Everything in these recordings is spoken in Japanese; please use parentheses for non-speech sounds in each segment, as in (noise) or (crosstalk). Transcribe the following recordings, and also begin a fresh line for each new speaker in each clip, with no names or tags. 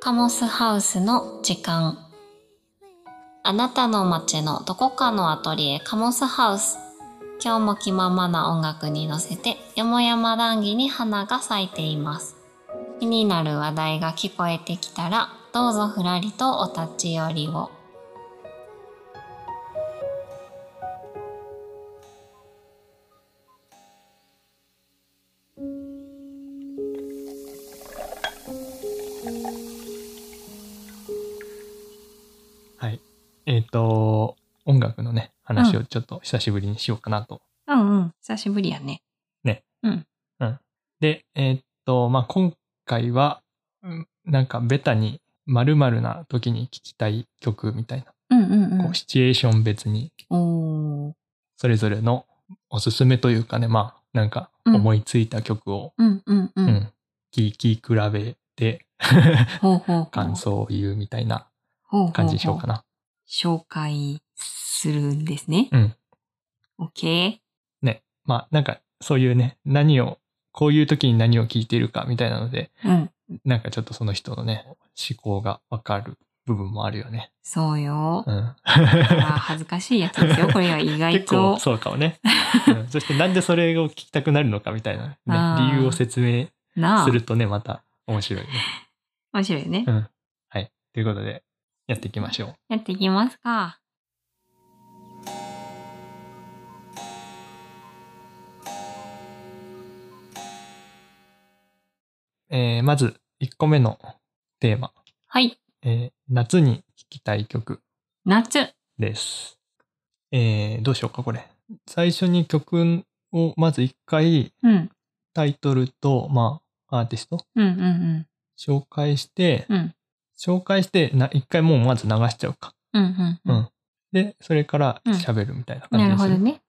カモスハウスの時間あなたの街のどこかのアトリエカモスハウス今日も気ままな音楽に乗せてよもやま談義に花が咲いています気になる話題が聞こえてきたらどうぞふらりとお立ち寄りを
はい。えっ、と、音楽のね、話をちょっと久しぶりにしようかなと。
うんうん久しぶりやね
で、えっと、まあ、今回は、うんなんかベタに、〇〇な時に聴きたい曲みたいな、
うんうん
こう、シチュエーション別に、
おー
それぞれのおすすめというかね、まあ、なんか
うん
思いついた曲を、
うんうんう、
うんん、聴き比べて、
ほうほうほう
(laughs) 感想を言うみたいな
ほうほうほう
感じにしようかな。
紹介するんですね。
うん。
OK。
まあ、なんか、そういうね、何を、こういう時に何を聴いているかみたいなので、
うん。
なんかちょっとその人のね、思考がわかる部分もあるよね。
そうよ
う。ん。
これは恥ずかしいやつですよ。これは意外
結
と
構。そうか
(laughs)
もね、うんそしてなんでそれを聞きたくなるのかみたいな、ね
あー、
理由を説明
なあ
す。るとねまた面白いね。
面白いよね
う。んはいということでやっていきましょう。
やっていきますか。
えーまず1個目のテーマ、
はい。
えー夏に聴きたい曲
夏。
です。えーどうしようかこれ。最初に曲をまず1回
うん。
タイトルと、まあ、アーティスト
うんうん
紹介して、
うん。うん。
紹介してな1回もうまず流しちゃうか。
うんうんうん。
で、それから喋るみたいな感
な
じ
る
にす
ほ
る。
どね。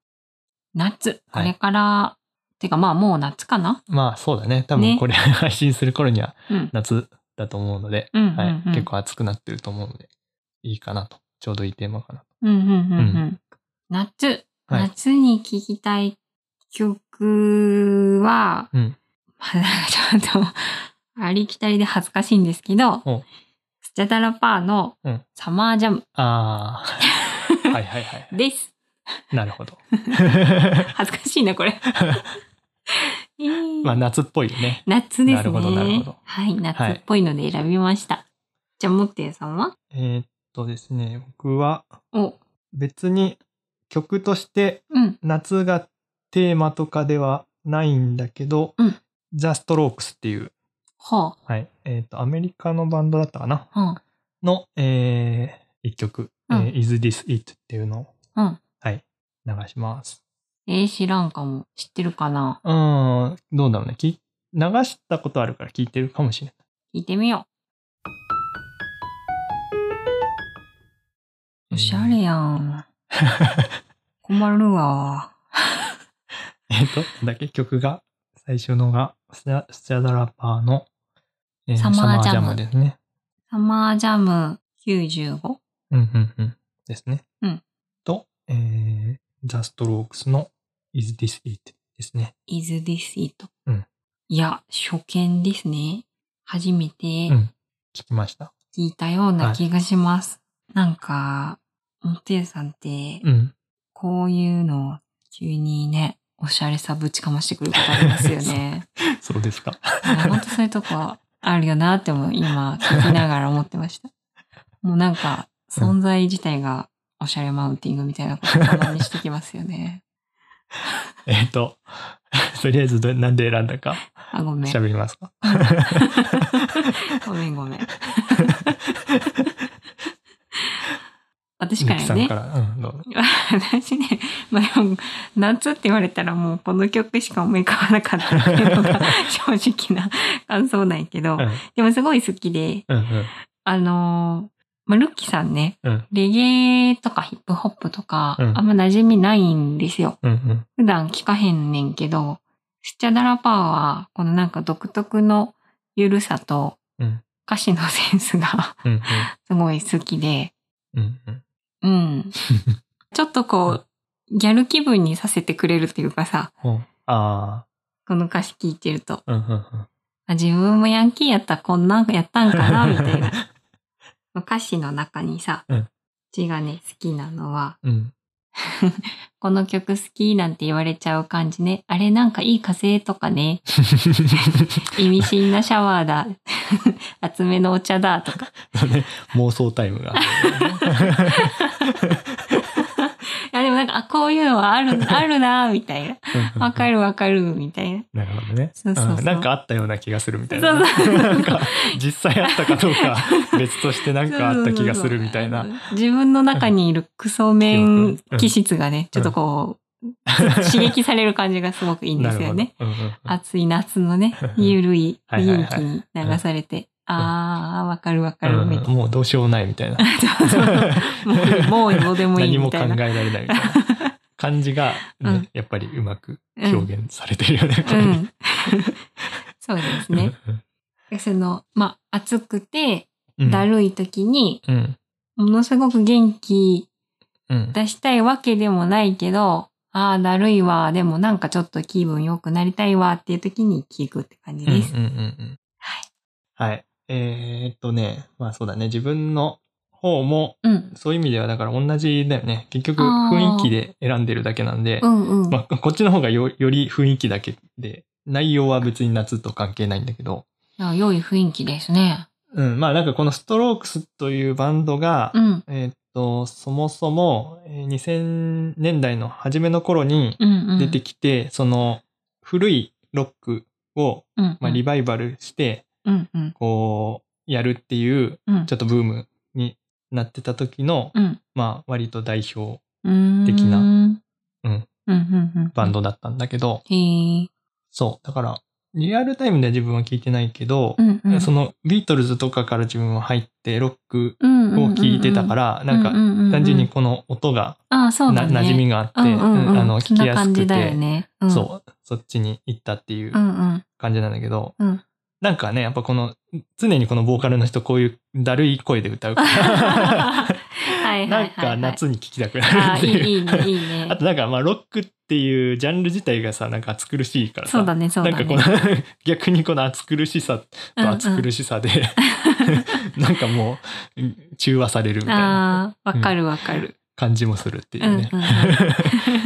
夏。こ
はい
れから、てかまあもう夏かな。
まあそうだね。多
ね
分これ配信する頃には
うん。
夏だと思うので、
うんうんうん
はい、結構暑くなってると思うので、いいかなと。ちょうどいいテーマかなと。
うんうんうんう。
うん
夏。
はい
夏に聴きたい曲は、
うん。
まあちょっと、ありきたりで恥ずかしいんですけど
お、
スチャダラパーの
うん
サマージャム (laughs)
ああ。はいはいはい。
です。
なる
(laughs)
ほど。
恥ずかしいな、こ
(laughs)
れ。えー
まあ夏っぽいよね。
夏ですね。
なるほどなるほど
はい、夏っぽいので選びました。じゃあ、モッテンさんは
えーっとですね、僕は
お、
別に曲として
うん。
夏がテーマとかではないんだけど、
うん
ザ・ストロークスっていう、
ほ
はい。えーっと、アメリカのバンドだったかな。
う。うん。
の、えー、一曲、
うん
えー Is This It っていうのを、
うん
はい、流します。
えー、知らんかも。知ってるかな
うーん、どうだろうね。き流したことあるから聞いてるかもしれない。
聞いてみよう。おしゃれや
(laughs)
ん。困るわ。
えーえーと、なんだっけ曲が、最初のが、スチャスチャダラパーの、えー
サマージャム
サマですね。
サマージャム 95?
うんうんうん。ですね。
うん
と、えー、ザ・ストロークスの Is This It ですね。
is this it?
うん
いや、初見ですね。初めて
うん
聞
聞きました。
いたような気がします。なんか、モテユさんって
う、ん。
こういうのを急にね、おしゃれさぶちかましてくることありますよね。
そうですか。
いやほんとそういうとこあるよなっても今聞きながら思ってました。もうなんか、存在自体がおしゃれマウンティングみたいなことをたまにしてきますよね。
(laughs) えっと、 (laughs) とりあえずどなんで選んだか
あ、ごめん。
喋りますか。
ごめんごめん。私から
ミキさん
ね
か。ら、うん、どうぞ。
(laughs) 私ね、まあでも、夏って言われたらもうこの曲しか思い浮かばなかったっていうのが正直な感想なんやけど
う、ん、
でもすごい好きで、
うん、
あのーまあ、ルッキさんね、
うん、うん、
レゲエとかヒップホップとか、
うん
あんま馴染みないんですよ。
うん、うん、
普段聞かへんねんけど、スチャダラパーは、このなんか独特のゆるさと
うん、
歌詞のセンスが (laughs)
うん、
すごい好きで、
うん、うん、
うん。ちょっとこう、ギャル気分にさせてくれるっていうかさ、
ほうあ
この歌詞聞いてると、
あ、うん、うん、
あ自分もヤンキーやったらこんなんやったんかな、みたい
(laughs)
な。歌詞の中にさ、
うん
ちがね、好きなのは、
うん。 (laughs)
この曲好きなんて言われちゃう感じね。あれなんかいい風とかね。意味深なシャワーだ。 (laughs) 厚めのお茶だとか。
ね妄想タイムが。
いやでもなんか、あ、こういうのはある、あるな、みたいな。わか
る。
るわかる、みたいな。
なるほどね。
そうそうそうん
なんかあったような気がするみたい
そう
な。
そう
なんか実際あったかどうか別としてなんかあった気がするみたい
(laughs)
な。
そうそうそう。自分の中にいるクソメン気質がね、ち
う
ょっ
ん
とこ
(laughs)
う、刺激される感じがすごくいいんですよね。
なるほど。うんうん
暑い夏のね、ゆるい
はいは
雰
い
囲
は
気
い
に流されて、あー、わかるわか
う
る、
ん
み
う
た
ん
い
(laughs) もうどうしようもないみたいな。
な。もう、もうどうでもいい
何も
み
考
た
え
いな。
られないみたいな感じが、ね
うん
やっぱりうまく表現されてるよね。
うん。そうですね。
うん
その、まあ、暑くて、
うん。
だるい時に、
うん。
ものすごく元気
うん。
出したいわけでもないけど、ああ、だるいわ、でもなんかちょっと気分良くなりたいわっていう時に聞くって感じです。
うんうんうんうんはい。えーっとね、まあそうだね、自分の方も、
うん。
そういう意味ではだから同じだよね。結局
あー
雰囲気で選んでるだけなんで
う、んうん。
まあこっちの方がよより雰囲気だけで、内容は別に夏と関係ないんだけど、
あ良い雰囲気ですね。
うん、まあなんかこのストロークスというバンドが
う、ん。
えーっと、そもそもえー2000年代の初めの頃に
うんうん。
出て
き
きて、その古いロックを、
うん。
まあ、リバイバルして、
うんうん。
こう、やるっていう、
うん。
ちょっとブームになってた時の、
うん。
まあ、割と代表
うん。
的な
うん。
うん
うんうんうん。
バン。ドだったんだけど、
へえ。
そう。だから、リアルタイムでは自分は聞いてないけど
う、んうん。
そ
の、
の、ビートルズとかから自分は入って、ロック
うんうんうん
を聞いてたから、なんか、
か
単純に、この音が、
ああ、そうだ
な
ね。
馴染みがあって、
うんうんうん
うんあの、聞きや
そ
す
んな感
く
じだよ
て、
ね。うん
そう。そっちに行ったっていう
うん
(laughs)
うん。 (laughs)
感じなんだけど、
うん
なんかね、やっぱこの、常にこのボーカルの人、こういうだるい声で歌
(laughs)
うから、
はいはいはいはい。
なんか夏に聴きたくなる
あ
っ
ー
ていう。
いいいいね、いいね
あ。となんかまあロックっていうジャンル自体がさなんか暑苦しいからさ
そうだね、そうだね。
なんかこの (laughs) 逆にこの暑苦しさ
うん
と
うん
暑苦しさで (laughs) なんかもう中和されるみたいな
ああ、わかるわかる。
感じもするっていう
うんうん
ね、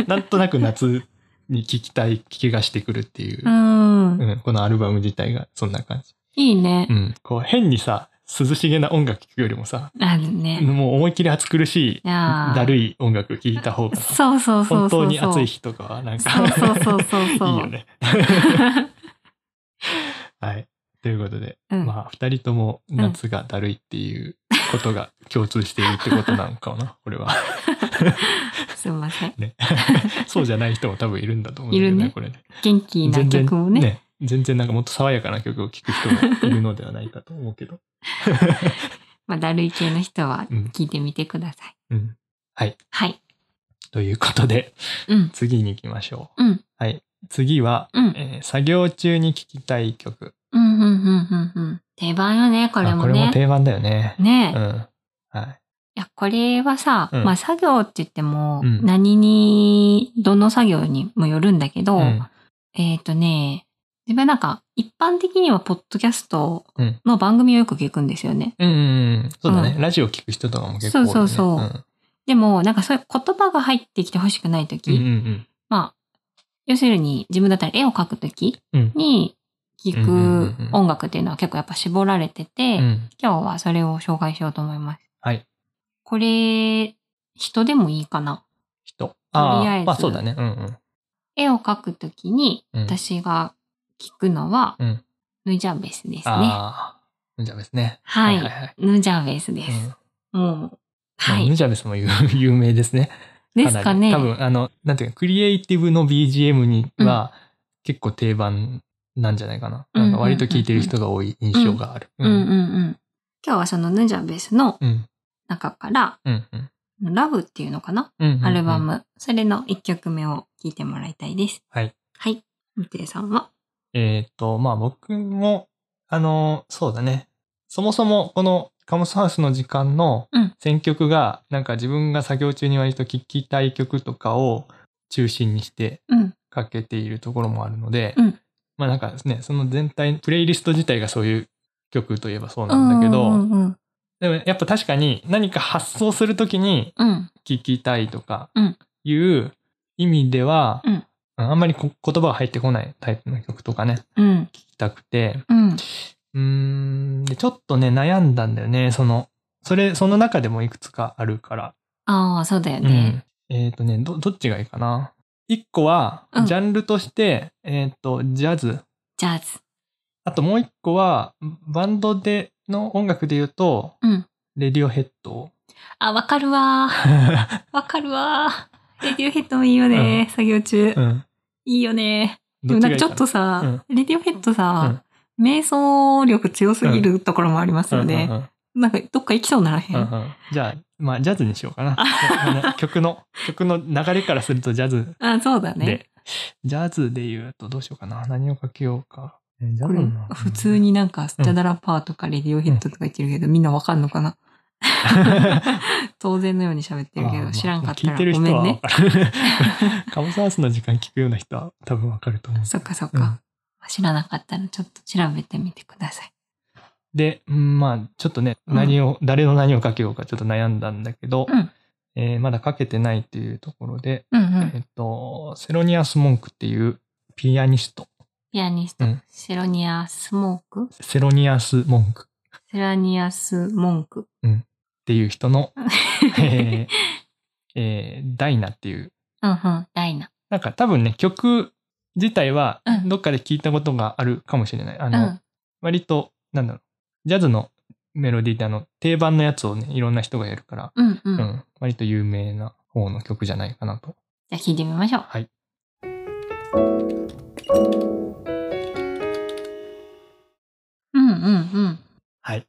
なんとなく夏に聴きたい気がしてくるっていうう、
ん。うん。
うんこのアルバム自体がそんな感じ、
いいね
う。ん、こう変にさ涼しげな音楽聴くよりもさ
あるね。
もう思いっきり暑苦しい
あー
だるい音楽聴いた方がさ
そうそうそ
本
うそう。
当に暑い日とかはなんか
そうそうそうそうそう。
(laughs) いいよね。はい。ということで、
うん
まあ、二人とも夏がだるいっていうことが共通しているってことなのかな、 (laughs) これは。
すいません。 (laughs)
ね。そうじゃない人も多分いるんだと思うんだよ
いる
ね、
ね
これね。
元気な曲もね。
全然なんかもっと爽やかな曲を聴く人もいるのではないかと思うけど。
まあ、だるい系の人は
うん
聞いてみてください。
うん。
はい。
ということで、
うん。
次に行きましょう。
うん。
はい。次は、
うん。
えー作業中に聴きたい曲。
うん、うん、うん、うん、うん。定番よね、これ
あ
も
これも
ね。
定番だよね。
ね
う
え。い
ん。はい。
や、これはさ、
うん
まあ、作業って言っても、
うん
何に、どの作業にもよるんだけど、
うん
えっ、とね、自分なんか、一般的には、ポッドキャスト
うん
の番組をよく聞くんですよね。
うんうんうん、そうだね、
う
ラジオ聞く人とかも結構多い、ね。
そうそうそうんでも、なんかそういう言葉が入ってきてほしくないとき、
うんうん
まあ、要するに自分だったら絵を描くとき
うん
に聞
うんうん
く
うんうん
音楽っていうのは結構やっぱ絞られてて、
うんうん。
今日はそれを紹介しようと思います。
はい。
これ、人でもいいかな。
人。
とりあえず
まあそうだね。うんうん。
絵を描くときに
うん
私が聞くのは、
うん
ヌジャベスですね。
ああ。ヌジャベスね。
はい
はいはい
ヌジャベスで
う
す。
ん
もう、
まあ
は
ヌ
い。
ジャベスも (laughs) 有有名ですね。
ですかね。
なり多分、あの、なんていうか、クリエイティブの BGM には、結構定番なんじゃないかな。
うん
なんか割と聞いてる人が多い印象がある。
うんうんうん。今日はそのヌジャベスの
うん。
中から、
うんうん。
ラブっていうのかな
うんうんうん
アルバ。ム、それの1曲目を聴いてもらいたいです。
はい。
はい。みてえさんは
えっ、と、まあ僕も、あの、そうだね。そもそもこのカムスハウスの時間の
うん
選曲が、なんか自分が作業中に割と聴きたい曲とかを中心にして
うん。
かけているところもあるので、
うん
まあなんかね、その全体、プレイリスト自体がそういう曲といえばそうなんだけど、
うんうん
でもやっぱ確かに何か発想するときに
うん
聞きたいとか
うん
いう意味では、
うん
あんまりこ言葉が入ってこないタイプの曲とかね、
うん
聞きたくて、
うん
うーん、でちょっとね、悩んだんだよね、その、それ、その中でもいくつかあるから。
ああそうだよ
う
ね
ん。えっ、とね、ど、どっちがいいかな。一個は
う、ん
ジャンルとして、えっ、と、ジャズ。
ジャズ
あともう一個は、バンドでの音楽で言うと、
うん
レディオヘッ
(laughs)
ド。
あわかるわーわかるわーレディオヘッドもいいよね、作業中、
うん。
いいよねで
ど
も
ち
な
が
ん
い
かち
いか
ょっとさ、レディオヘッドさ、瞑想力強すぎるところもありますよね、
うんうん
なんかどっか行きそうにならへん、
うんうんうんじゃあ、まあ、ジャズにしようかな。こ
(laughs)
の曲の、曲の流れからするとジャズ
あそうだ
で、
ね
ジャズで言うとどうしようかな。何をかけようか。えジャ
こ
ズ
れ
の
普通。
(laughs)
になんかスチャダラパーとかレディオヘッドとか言ってるけど、みんなわかんのかな当然のように喋ってるけ
あま
ど
あ
知らんかった
聞いて
ら
る
ご
人
めん
は
ね
分かる。 (laughs) カモサウスの時間聞くような人は多分わかると思う。
そっかそっ
うん
か、知らなかったらちょっと調べてみてください
で、うんまあ、ちょっとね、
うん
何を、誰の何をかけようかちょっと悩んだんだけど、
うん
えーまだかけてないっていうところで、
うんうん
えっと、セロニアス・モンクっていうピアニスト、
ピアニスト、
うん
セロニアスモーク
セロニアス・モンクっ
セラニアスモンク
ていう人の、
うん (laughs)
えーえーダイナっていう、
うんダイナ
なんか多分ね、曲自体は
うん
どっかで聞いたことがあるかもしれない。あ
う
の、
ん
割と、なんだろう、ジャズのメロディーってあの、定番のやつをね、いろんな人がやるから、
うんうん、
う
じゃ
ん、割と有名な方の曲じゃないかなと。
あ聞いてみましょう
はい。
うんうんうん
はい。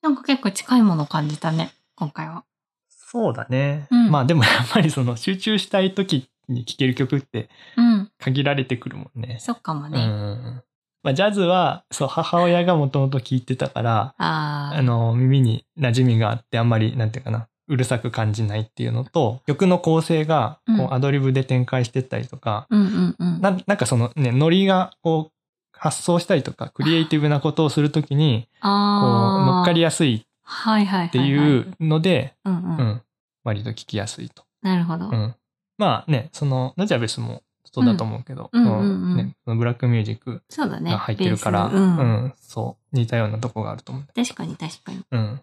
なんか結構近いものを感じたね今回は
そうだね。
うん
まあでもや (laughs) っぱりその集中したい時に聴ける曲って
うん
限られてくるもんね。
そっかも
う
ね、
ん。まあジャズは、そう、母親がもともと聴いてたから、
あ
あ
あ
の、耳に馴染みがあってあんまり、なんていうかな、うるさく感じないっていうのと、曲の構成がこ
うん
うアドリブで展開してったりとか、
うんうんうん
ななんかそのね、ノリがこう、発想したりとか、クリエイティブなことをするときに、こう、
あ
乗っかり
や
やすい
はいはいはい、はい、
っていうので、
うんうん、
うん、割と聞きやすいと。
なるほど、
うん。まあね、その、ナジャベスもそうだと思うけど、
うんうんうんうん
ね、そのブラックミュージック
そうだね
が入ってるから、
ベースうん
うん、そう、似たようなとこがあると思うんだ
確かに確かに
けど。うん。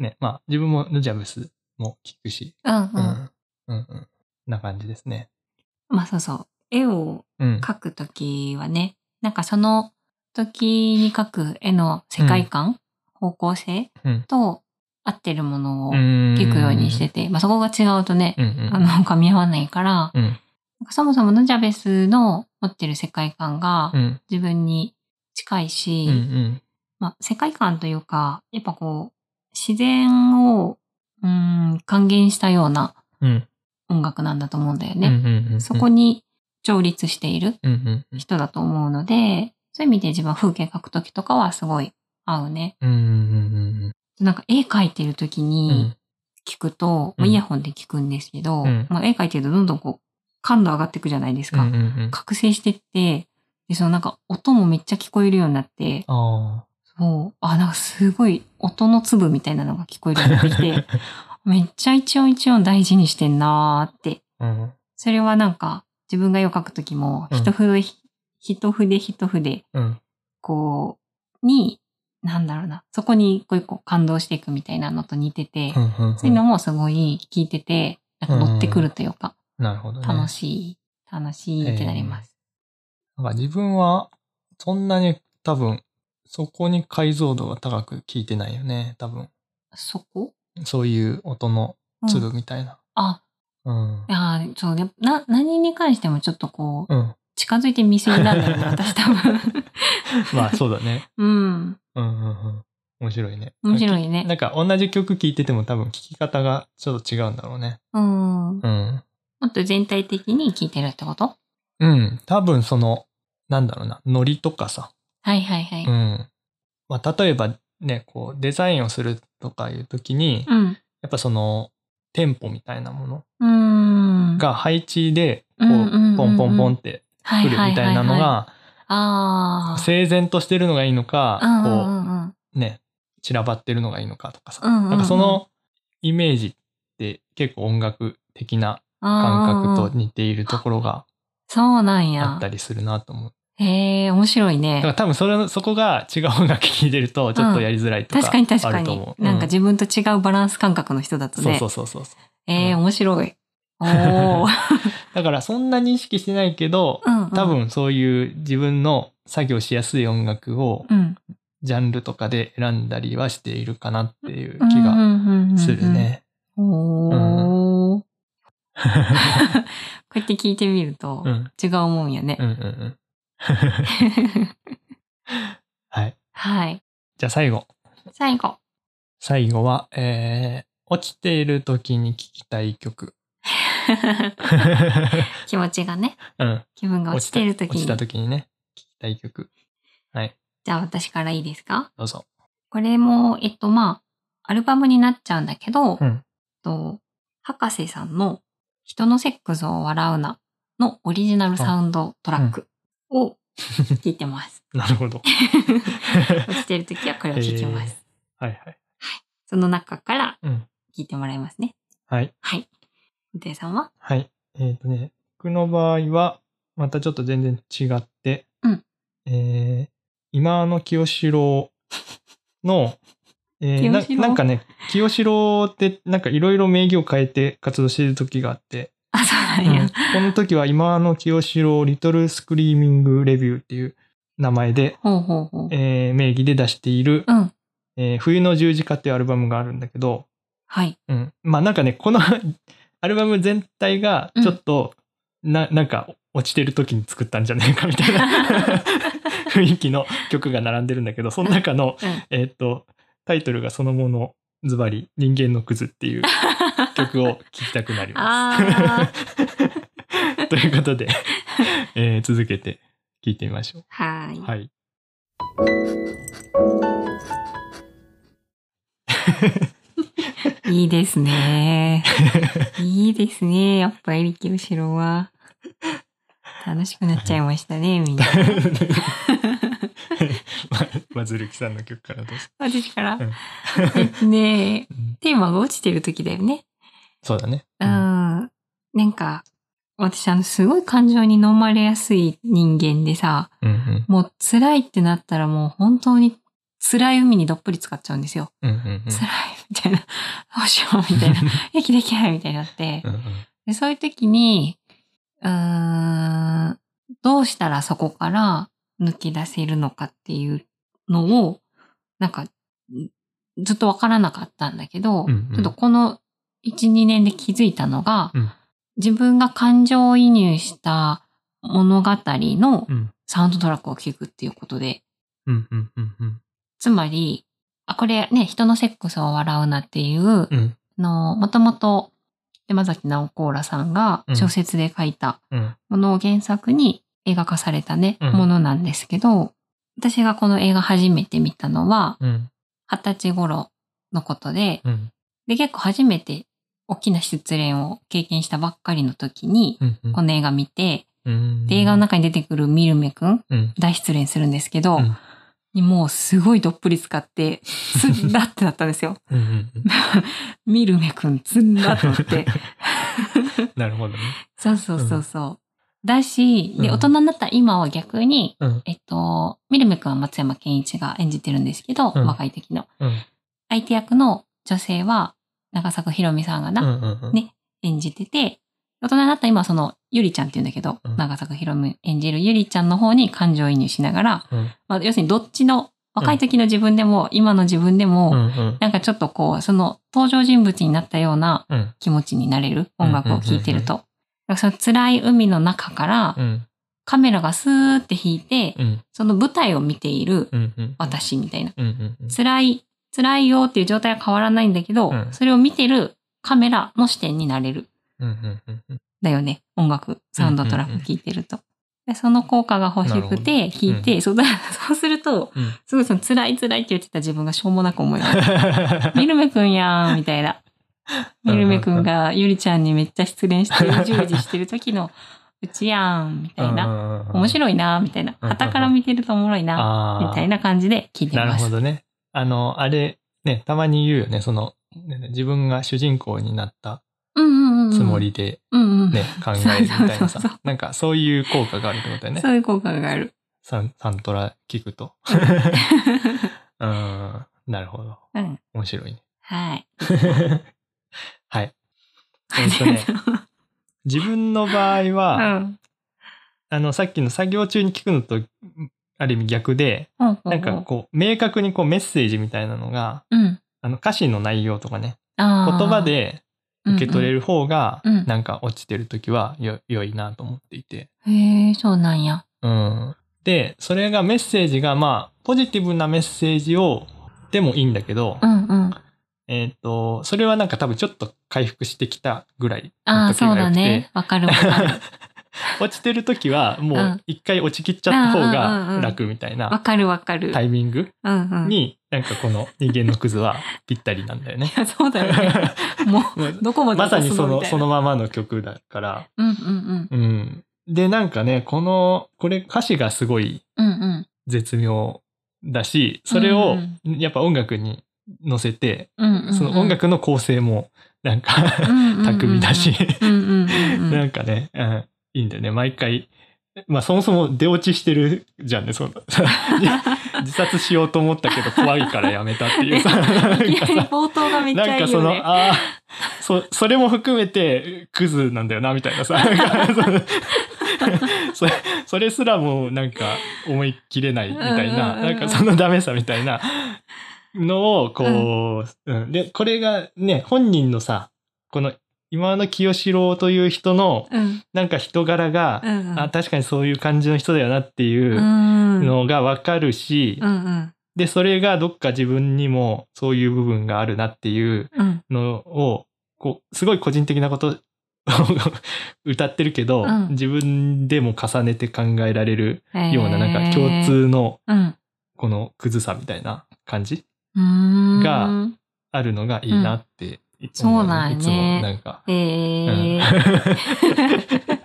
ね、まあ、自分もナジャベスも聞くし、
うん
う
うん、
ん、うん、うん。な感じですね。
まあそうそう絵を
うん。
描くときはね、なんかその時に描く絵の世界観、方向性
うん
と合ってるものを
聞
聞くようにしてて、まあそこが違うとね
う、ん、うん。
あの、噛み合わないから、
うん、
なんかそもそもヌジャベスの持ってる世界観が
うん、
自分に近いし、
うん、うん。
まあ世界観というか、やっぱこう、自然を、うーん、還元したような
うん。
音楽なんだと思うんだよ
うん
ね。
うんうん
そこに調律している
うんうんうん
人だと思うので、そういう意味で自分は風景描くときとかはすごい合うね。
うんうん
なんか絵描いてるとき
うんうんうん
に聞くと、
うん
まあイヤホンで聞くんですけど、
うん
まあ絵描いてるとどんどんこう、感度上がっていくじゃないです
うん
か。
うんうん
覚醒してって、で、そのなんか音もめっちゃ聞こえるようになって、
あ
そう、あ、なんかすごい音の粒みたいなのが聞こえるようになってきて、めっちゃ一音一音大事にしてんなーって。
あ (laughs) うん
それはなんか自分が絵を描くときも、
うん
一筆、一筆一筆、
うん
こう、に、なんだろうな、そこに一個一個感動していくみたいなのと似てて、
うんうんうん
そういうのもすごい聞いてて、なんか乗ってくるというか、
なるほどね
楽しい、楽しいってなります。
なんか自分はそんなに多分そこに解像度が高く聞いてないよね多分
そこ、
そういう音の
うん
粒みたいな
あ、
うん
いやーそうね、な、何に関してもちょっとこう、
うん
近づいて見過ぎなんだよね、
(laughs)
私多分。 (laughs)
まあそうだね
うん。
うんうんうん面白いね
面白
い
い
な
ね。
んか同じ曲聴いてても多分聴き方がちょっと違うんだろうね
うん。も
うん
っと全体的に聞いてるってこと
うん多分そのなんだろうなノリとかさ。
はいはいはいう
ん。まあ、例えばね、こう、デザインをするとかいうときに、や
うん。
っぱその、テンポみたいなもの
うん。
が配置で、
う
こ
んうんうんう
う、
ん
ポンポンポンって
は
く
い
るみ
ははは
たいなのが、
ああ。
整然としてるのがいいのか、
うんう
こ
んうん
う、ね、散らばってるのがいいのかとかさ。
うんうんうん
なんかそのイメージって結構音楽的な感
うんうん
覚
う
と
ん
似ているところが
そうなん
あ
や
った。りするなと思う。
へえ、面白い
だか
ね。
ら多分それ、そこが違う音楽聴いてるとちょっとやりづらいとか
確かに確
あ
か
ると
に
思。う。
なんか
う
自分と違うバランス感覚の人だと
そう
ね
そ。うそうそう。
ええ、
うん
面白い。お
(laughs)
ー
だからそんなに意識してないけど、
うんうん
多分そういう自分の作業しやすい音楽を
うん。
ジャンルとかで選んだりはしているかなっていう
うん
気
うん
が
うんうん
するね。 (laughs)
おー。こうやって聞いてみると
うん
違うもんやね
うんう。んうん。はい。
(laughs) はい。
じゃあ最後。
最後。 (laughs)
最後は、えー、落ちている時に聴きた
(laughs)
い曲。
気持ちがね、
うん、
気分が落ちている時
落
に。
ちた時にね、聴きたい曲。
じゃあ私からいいですか
どうぞ。 (laughs)
これも、えっと、まあ、アルバムになっちゃうんだけど、
うん
と博士さんの人のセックスを笑うなのオリジナルサウンドトラックを聴いて (laughs) ます。
なるほど。
落ちてる時はこれを聴きます。
はいはい。
その中から
うん。
聴いてもらいますね。
はい。
はい。おてさんは
はい。えっ、とね、僕の場合は、またちょっと全然違って、
うん
えー、今の清志郎の、え
(laughs)
ーな
清志郎
なんかね、清志郎ってなんかいろいろ名義を変えて活動している時があって、
あ、そう
う
なん
ん
や。
この時は今の清志郎リトルスクリーミングレビューっていう名前で、
ほうほうほう。
えー名義で出している、
うん。
えー冬の十字架っていうアルバムがあるんだけど、
はい。
うん、まあなんかねこの (laughs) アルバム全体がちょっと、ななんか落ちてる時に作ったんじゃないかみたい
(laughs)
な雰囲気の曲が並んでるんだけどその中の、
うん
えーっとタイトルがそのものズバリ「人間のクズ」っていう曲を聴きたくなりま
あ
す。 (laughs) ということで、えー続けて聴いてみましょ
はー
う。
い。 (laughs)
はい、
いいです (laughs) ね。いいですね。やっぱエリキ後ろは。楽しくなっちゃいましたね、みんな。
ままずるきさんの曲からどうぞ。
私から
うん。
えっとね、
うん
テーマが落ちてる時だよね。
そうだね。
うん。なんか、私あの、すごい感情に飲まれやすい人間でさ、
うんうん
もう辛いってなったらもう本当に辛い海にどっぷり使っちゃうんですよ。
うんうんうん
辛いみたいな。どうしようみたいな。
(laughs)
息できないみたいになって
う。んうん
で、そういう時に、うーん、どうしたらそこから抜け出せるのかっていうのを、なんか、ずっとわからなかったんだけど、
うんうん
ちょっとこの1、2年で気づいたのが、
うん
自分が感情移入した物語の
うん
サウンドトラックを聴くっていうことで、
うんうんうんうん
つまり、あ、これね、人のセックスを笑うなっていう、
うん
あの、もともと山崎直子らさんが
うん
小説で書いた
うん
ものを原作に映画化されたね、
うん
ものなんですけど、私がこの映画初めて見たのは、
うん
二十歳頃のことで、
うん
で、結構初めて大きな失恋を経験したばっかりの時に、
うんうん
この映画見て、
うん
で、映画の中に出てくるミルメくん、
うん
大失恋するんですけど、
うん
にもうすごいどっぷり使って、つんだってなったんです
(laughs)
よ。
うんうんうん
ミルメくん、つんだと思って。
なるほどね
そうそうそうそう。だし、で、
うん
大人になった今は逆に、
うん
えっと、みるめくんは松山健一が演じてるんですけど、
うん
若い時の。
うん
相手役の女性は、長坂ひろみさんがな、
うんうんうん
ね演じてて、大人になった今はその、ゆりちゃんって言うんだけど、
うん
長坂ひろみ演じるゆりちゃんの方に感情移入しながら、
うん
まあ、要するにどっちの、若い時の自分でも、今の自分でも、
うんうん
なんかちょっとこう、その登場人物になったような
うん
気持ちになれる音楽を聴いてると。だからその辛い海の中から
うん
カメラがスーって引いて、
うん
その舞台を見ている
うんうん
私みたいな。
うんうんうん
辛い、辛いよっていう状態は変わらないんだけど、
うん
それを見てるカメラの視点になれる。
うんうんうんうん
だよね。音楽、サウンドトラック聴いてると。でその効果が欲しくて聴いて、そうだそうすると、
うん
すごいその辛い辛いって言ってた自分がしょうもなく思います。ミルメくんやん、み
(laughs)
たいな。ミルメくんがゆりちゃんにめっちゃ失恋して、うじうじしてる時の、うちやん、みたいな。
な
面白いな、みたいな。
うんうんうん
旗から見てるとおもろいな、
あ
みたい
ー
な感じで聞いて
なる
ま
ほ
す。
どね。あの、あれ、ね、たまに言うよね、その、ね自分が主人公になった
うんうんうん。
つも。りで
うんうん。
ね、考えるみたいな
そうそうそ
さ、なんかそういう効果があるってことだよね
そ。ういう効果がある。 (laughs)
サンサントラ聞くと。 (laughs) うん、なるほど。
うん。
面白
(laughs)
いね。
はい。、
はい。えっとね
(laughs)
自分の場合
う
は、
ん。
あの、さっきの作業中に聞くのと、ある意味逆で、
うん。
なんかこう、明確にこうメッセージみたいなのが、
うん。
あの歌詞の内容とかね、
言
言葉で受け取れ
る。
る方が
うんうん、
なんか落ちてる時はよ良いなと思っていて。
へえ、そうなんや。
うん。で、それがメッセージが、まあ、ポジティブなメッセージを、でもいいんだけど、
うんうん。
えっ、と、それはなんか多分ちょっと回復してきたぐらい
あ
の
あ、
時
そう
が
だ
良くて
ね。。わかるわかる。
(laughs) 落ちてる時はも
う
うん一回落ちきっちゃった方が楽みたい
わ
な
かるわか
(laughs)
る。
タイミング
うんうん。い。
に、なんかこの人間のクズはぴったりなんだよね (laughs)
や、そうだよね。も
もう
う、どこまで
まさに
出す
その、
みたい
そ
な
のままの曲だから。
うんうん
うん。で、なんかね、この、これ歌詞がすごい
うん。うんうん。
絶妙だし、それを
うん
やっぱ音楽に乗せて、
うんうんうん。
その音楽の構成もなんか (laughs) 巧みだし、
うんうんうんう。
なんんかね、うん、いいんだよね。毎回、まあそもそも出落ちしてるじゃんね、その (laughs) 自殺しようと思ったけど怖いからやめたっていう
(laughs)
さ。なん
いきな
か
り
さ
冒頭がめっち
な
ゃ
んか
いい
そ
よ
の、
ね。
ああ、そ、それも含めて、クズなんだよな、みたいなさ。
(laughs)
(laughs) なんかそのそ (laughs) それすらも、なんか、思い切れないみたいな、
うんうんうんう
なんんかそのダメさみたいなのを、こう、うんで、これがね、本人のさ、この、今の清志郎という人の、
うん
なんか人柄が、
うんうん。
あ、確かにそういう感じの人だよなっていううん
うん
のがわかるし、
うん
で、それがどっか自分にもそういう部分があるなっていう
うん
のを、こう、すごい個人的なことを (laughs) 歌ってるけど、
うん
自分でも重ねて考えられる
へー
ような、なんか共通の
うん
このクズさみたいな感じ
うーん
があるのがいいなって、いつも
そうなんやね
いつもなんか。
え
うん
ー
(laughs)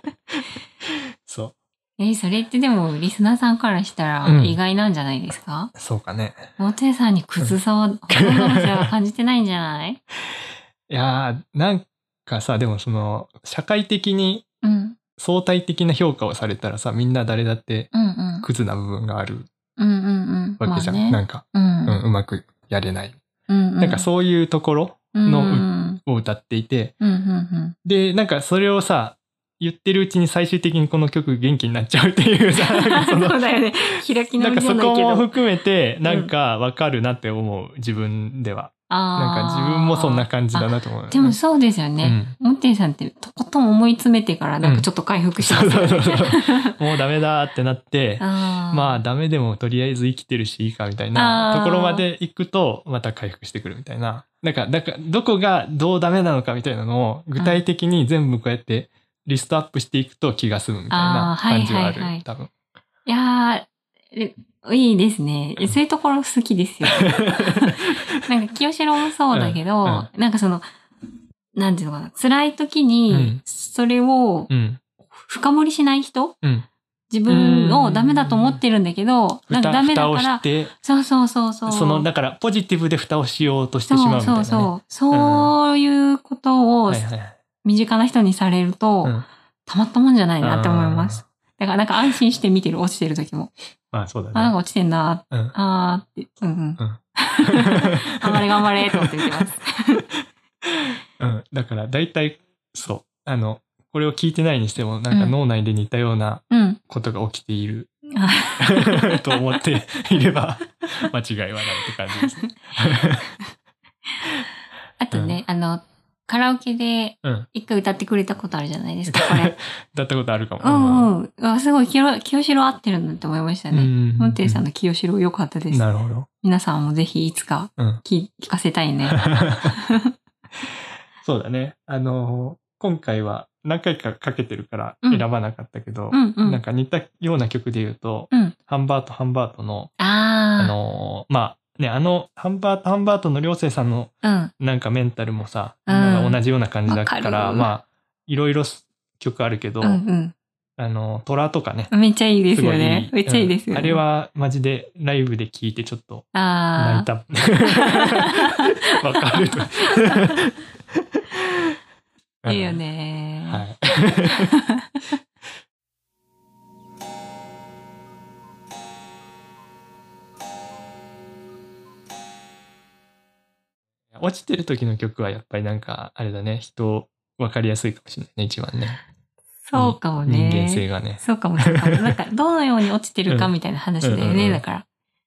そ
えーそれってでもリスナーさんからした
う
ら
ん
意外なんじゃないですか
う、そうかね。
モテさんにクズさをほとんどの人は感じてないんじゃない
いやー、なんかさ、でもその、社会的に
うん
相対的な評価をされたらさ、みんな誰だって
うんうん
クズな部分がある
うんうんうん
(laughs) わけじゃん。
まあね
なんか、
うん
うん、うまくやれない。
うん
なんかそういうところ
うん
の
うん
を歌っていて、
うんうん
で、なんかそれをさ、言ってるうちに最終的にこの曲元気になっちゃうっていうさ、
(laughs)
なんか
う
そ
んそう
の
だよね開き
な
直
んか
りじゃ
そ
ない
こ
け
も
ど
含めて、なんかわかるなって思う、自分では。なんか
あー
自分もそんな感じだなと思うよね。
でもそうですよね、モッテンさんってとことん思い詰めてからなんかちょっと回
う
復
ん
し
そ
ますよ
う
ね。
そうそう
(laughs)
そう。もうダメだってなって、ま
ま
あダメでもとりあえず生きてるしいいかみたいな
あー
ところまで行くとまた回復してくるみたいな。なんか、なんかどこがどうダメなのかみたいなのを具体的に全部こうやってリストアップしていくと気が済むみたいな
あー
感じは
はい
ある。
はいはい
多分。 (laughs)
いやーえいいです
(laughs)
ね。えそういうところ好きですよ。なんか清志郎もそうだけど、
うんうん
なんかその、なんていうのかな、辛い時に、
うん
それを
うん。
深掘りしない人
うん。
自分をダメだと思ってるんだけど、なんかダ
蓋
メだ
蓋を
か
し
ら、
て、
そうそうそうそう。
その、だからポジティブで蓋をしようとしてしまうみた
そう
いな、ね。
そうそう。そういうことを
はいはいはい
身近な人にされると、
うん
たまったもんじゃないなって思います。
あ
だからなんか安心して見てる、落ちてる時も。
ー。まあそうだね。
あ、なんか落ちてんな、 (laughs)
うん
あーって、うんうん。
う
頑
ん
張れ頑張れと思って見てます。
(laughs) うん、だから大体そうあのこれを聞いてないにしてもなんか
うん
脳内で似たような
うん。
ことが起きている、
あ
と思っていれば間違いはないって感じですね。
あとね、あの、カラオケで
うん、
一回歌ってくれたことあるじゃないですか、こ
(laughs)
れ。
だったことあるかも。
うんうん。あすごい、清清志郎合ってるなって思いました
う
ね。
ん
モンテイさんの清志郎良かったです。
なるほ
(laughs)
ど。
皆さんもぜひいつか
うん
聞聞かせたいね。
そうだね。あの今回は何回かかけてるから
うん
選ばなかったけど、
うんう
な
ん。
んか似たような曲で言うと、
うん
ハンバートハンバートの、あ
あ
のまあね、あのハンバートハンバートの両生さんの
あ。
なんかメンタルもさ、
うん
なんか同じような感じだから
わかる
まあいろいろ曲あるけど、
うん。うんうん。
あの、虎とかね。
めっちゃいいですよね。
ご
めっちゃいいですよ
う
ね。
んあれ、はマジでライブで聞いてちょっと泣
あ
い
あ、
た。 (laughs) わかる。
(laughs) いいよ。ね。
はい。 (laughs) 落ちてる時の曲はやっぱりなんかあれだね人分かりやすいかもしれないね一番ね
そうかもね。
人間性がね
そうかも、そうかも。なん
(laughs)
か、どのように落ちてるかみたいな話だよ
うんうんうんう
ね、
ん
だから。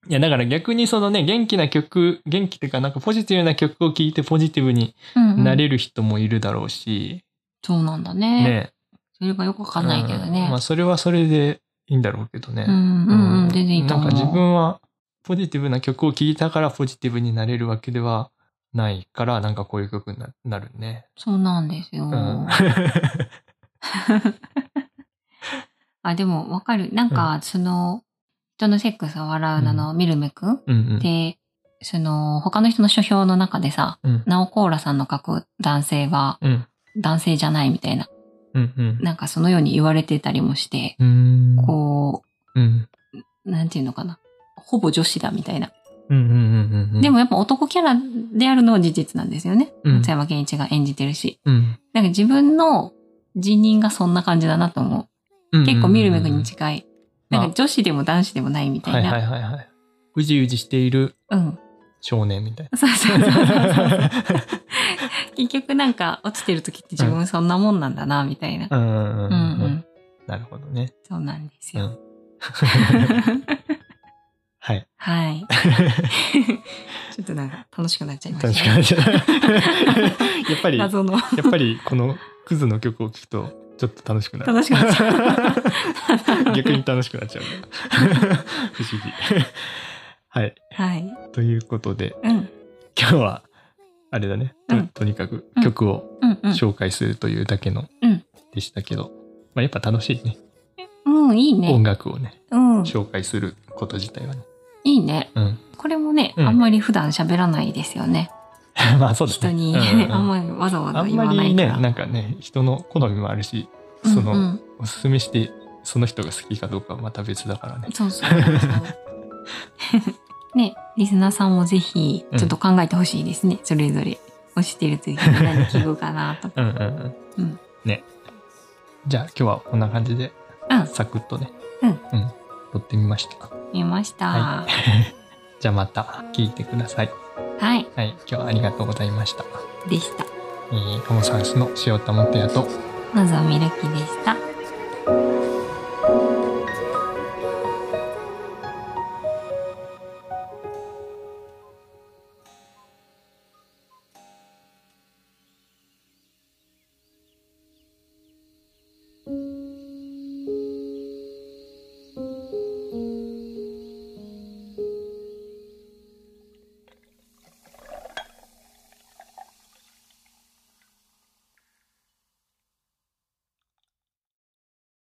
いやだから逆にそのね元気な曲元気っていうかなんかポジティブな曲を聴いてポジティブに
うんうん
なれる人もいるだろうし、
そうなんだね。
ね
それがよくわかんないけど
うん
ね
まあ。それはそれでいいんだろうけどね、
うんうんうん、全然いいと思う。
なんか自分はポジティブな曲を聴いたからポジティブになれるわけではないから、なんかこういう曲にななるね。
そうなんですよ。
うん
(laughs) あ、でもわかる。なんか、その、人のセックスを笑うなの、みるめくん
うんうん。
で、その、他の人の書評の中でさ、
うん
ナオコーラさんの書く男性は
うん
男性じゃないみたいな、
うんうん
なんかそのように言われてたりもして、
うん
こ
うん
う、なんていうのかな。ほぼ女子だみたいな。
うんうんうんうんうん
でもやっぱ男キャラであるのは事実なんですよね。
うん
松山健一が演じてるし。
うん
なんか自分の辞任がそんな感じだなと思
うんうんうんう
う。
ん
結構見る目に近い。
まあ
なんか女子でも男子でもないみた
はいい
な。
はいはいはい。うじうじしている
うん。
少年みたい
そうそうそうそうそう。 (laughs)
な。
結局なんか落ちてる時って自分そんなもんなんだな、みたいな。
(laughs) うんうん
う
うん
んう
うん
ん。
なるほどね。
そうなんです
う
よ。
んはい。 (laughs)
はい。ちょっとなんか楽しくなっちゃいま
楽
し
したく
ね、
なっ
(laughs)
ちゃった。やっぱり、や
謎の。
っぱりこのクズの曲を聴くと、ちょっと楽しくなる。
楽しくなっちゃう。(laughs)
(laughs) 逆に楽しくなっちゃうね不思議はい
はい。
ということで
うん。
今日はあれだねと,、
うん
とにかく
うん
曲を
うんうん。
紹介するというだけの
うん
でしたけど、まあ、やっぱ楽しいね
うん、いいね
音。楽をね
うん。
紹介すること自体はね
いいね。
うん
これもね、
うん
あんまり普段喋らないですよね。
(laughs) まあそうです
人
ね
に、
うんうんうん
(laughs) あんまりわざわ
あ
ざ
ん
言わ
ま
な
り
いか
ね
ら。
なんかね人の好みもあるしその、
うんうん
おすすめしてその人が好きかどうかはまた別だからね
そうそう
(laughs)
そう。ね、リスナーさんもぜひ、ちょっと考えてほしいですね、それぞれ。推してる時に何聞くかなとか。
うんうんうん、
うん
ねじゃあ今日はこんな感じで
うん、
サクッとね、
うん
撮ってみました。
見ました。
は
は
じゃあまた聞いてください。
い、
はい、今日はありがとうございました。
でした。
えー、カモサウスの塩田元也と
まずはミルキでした。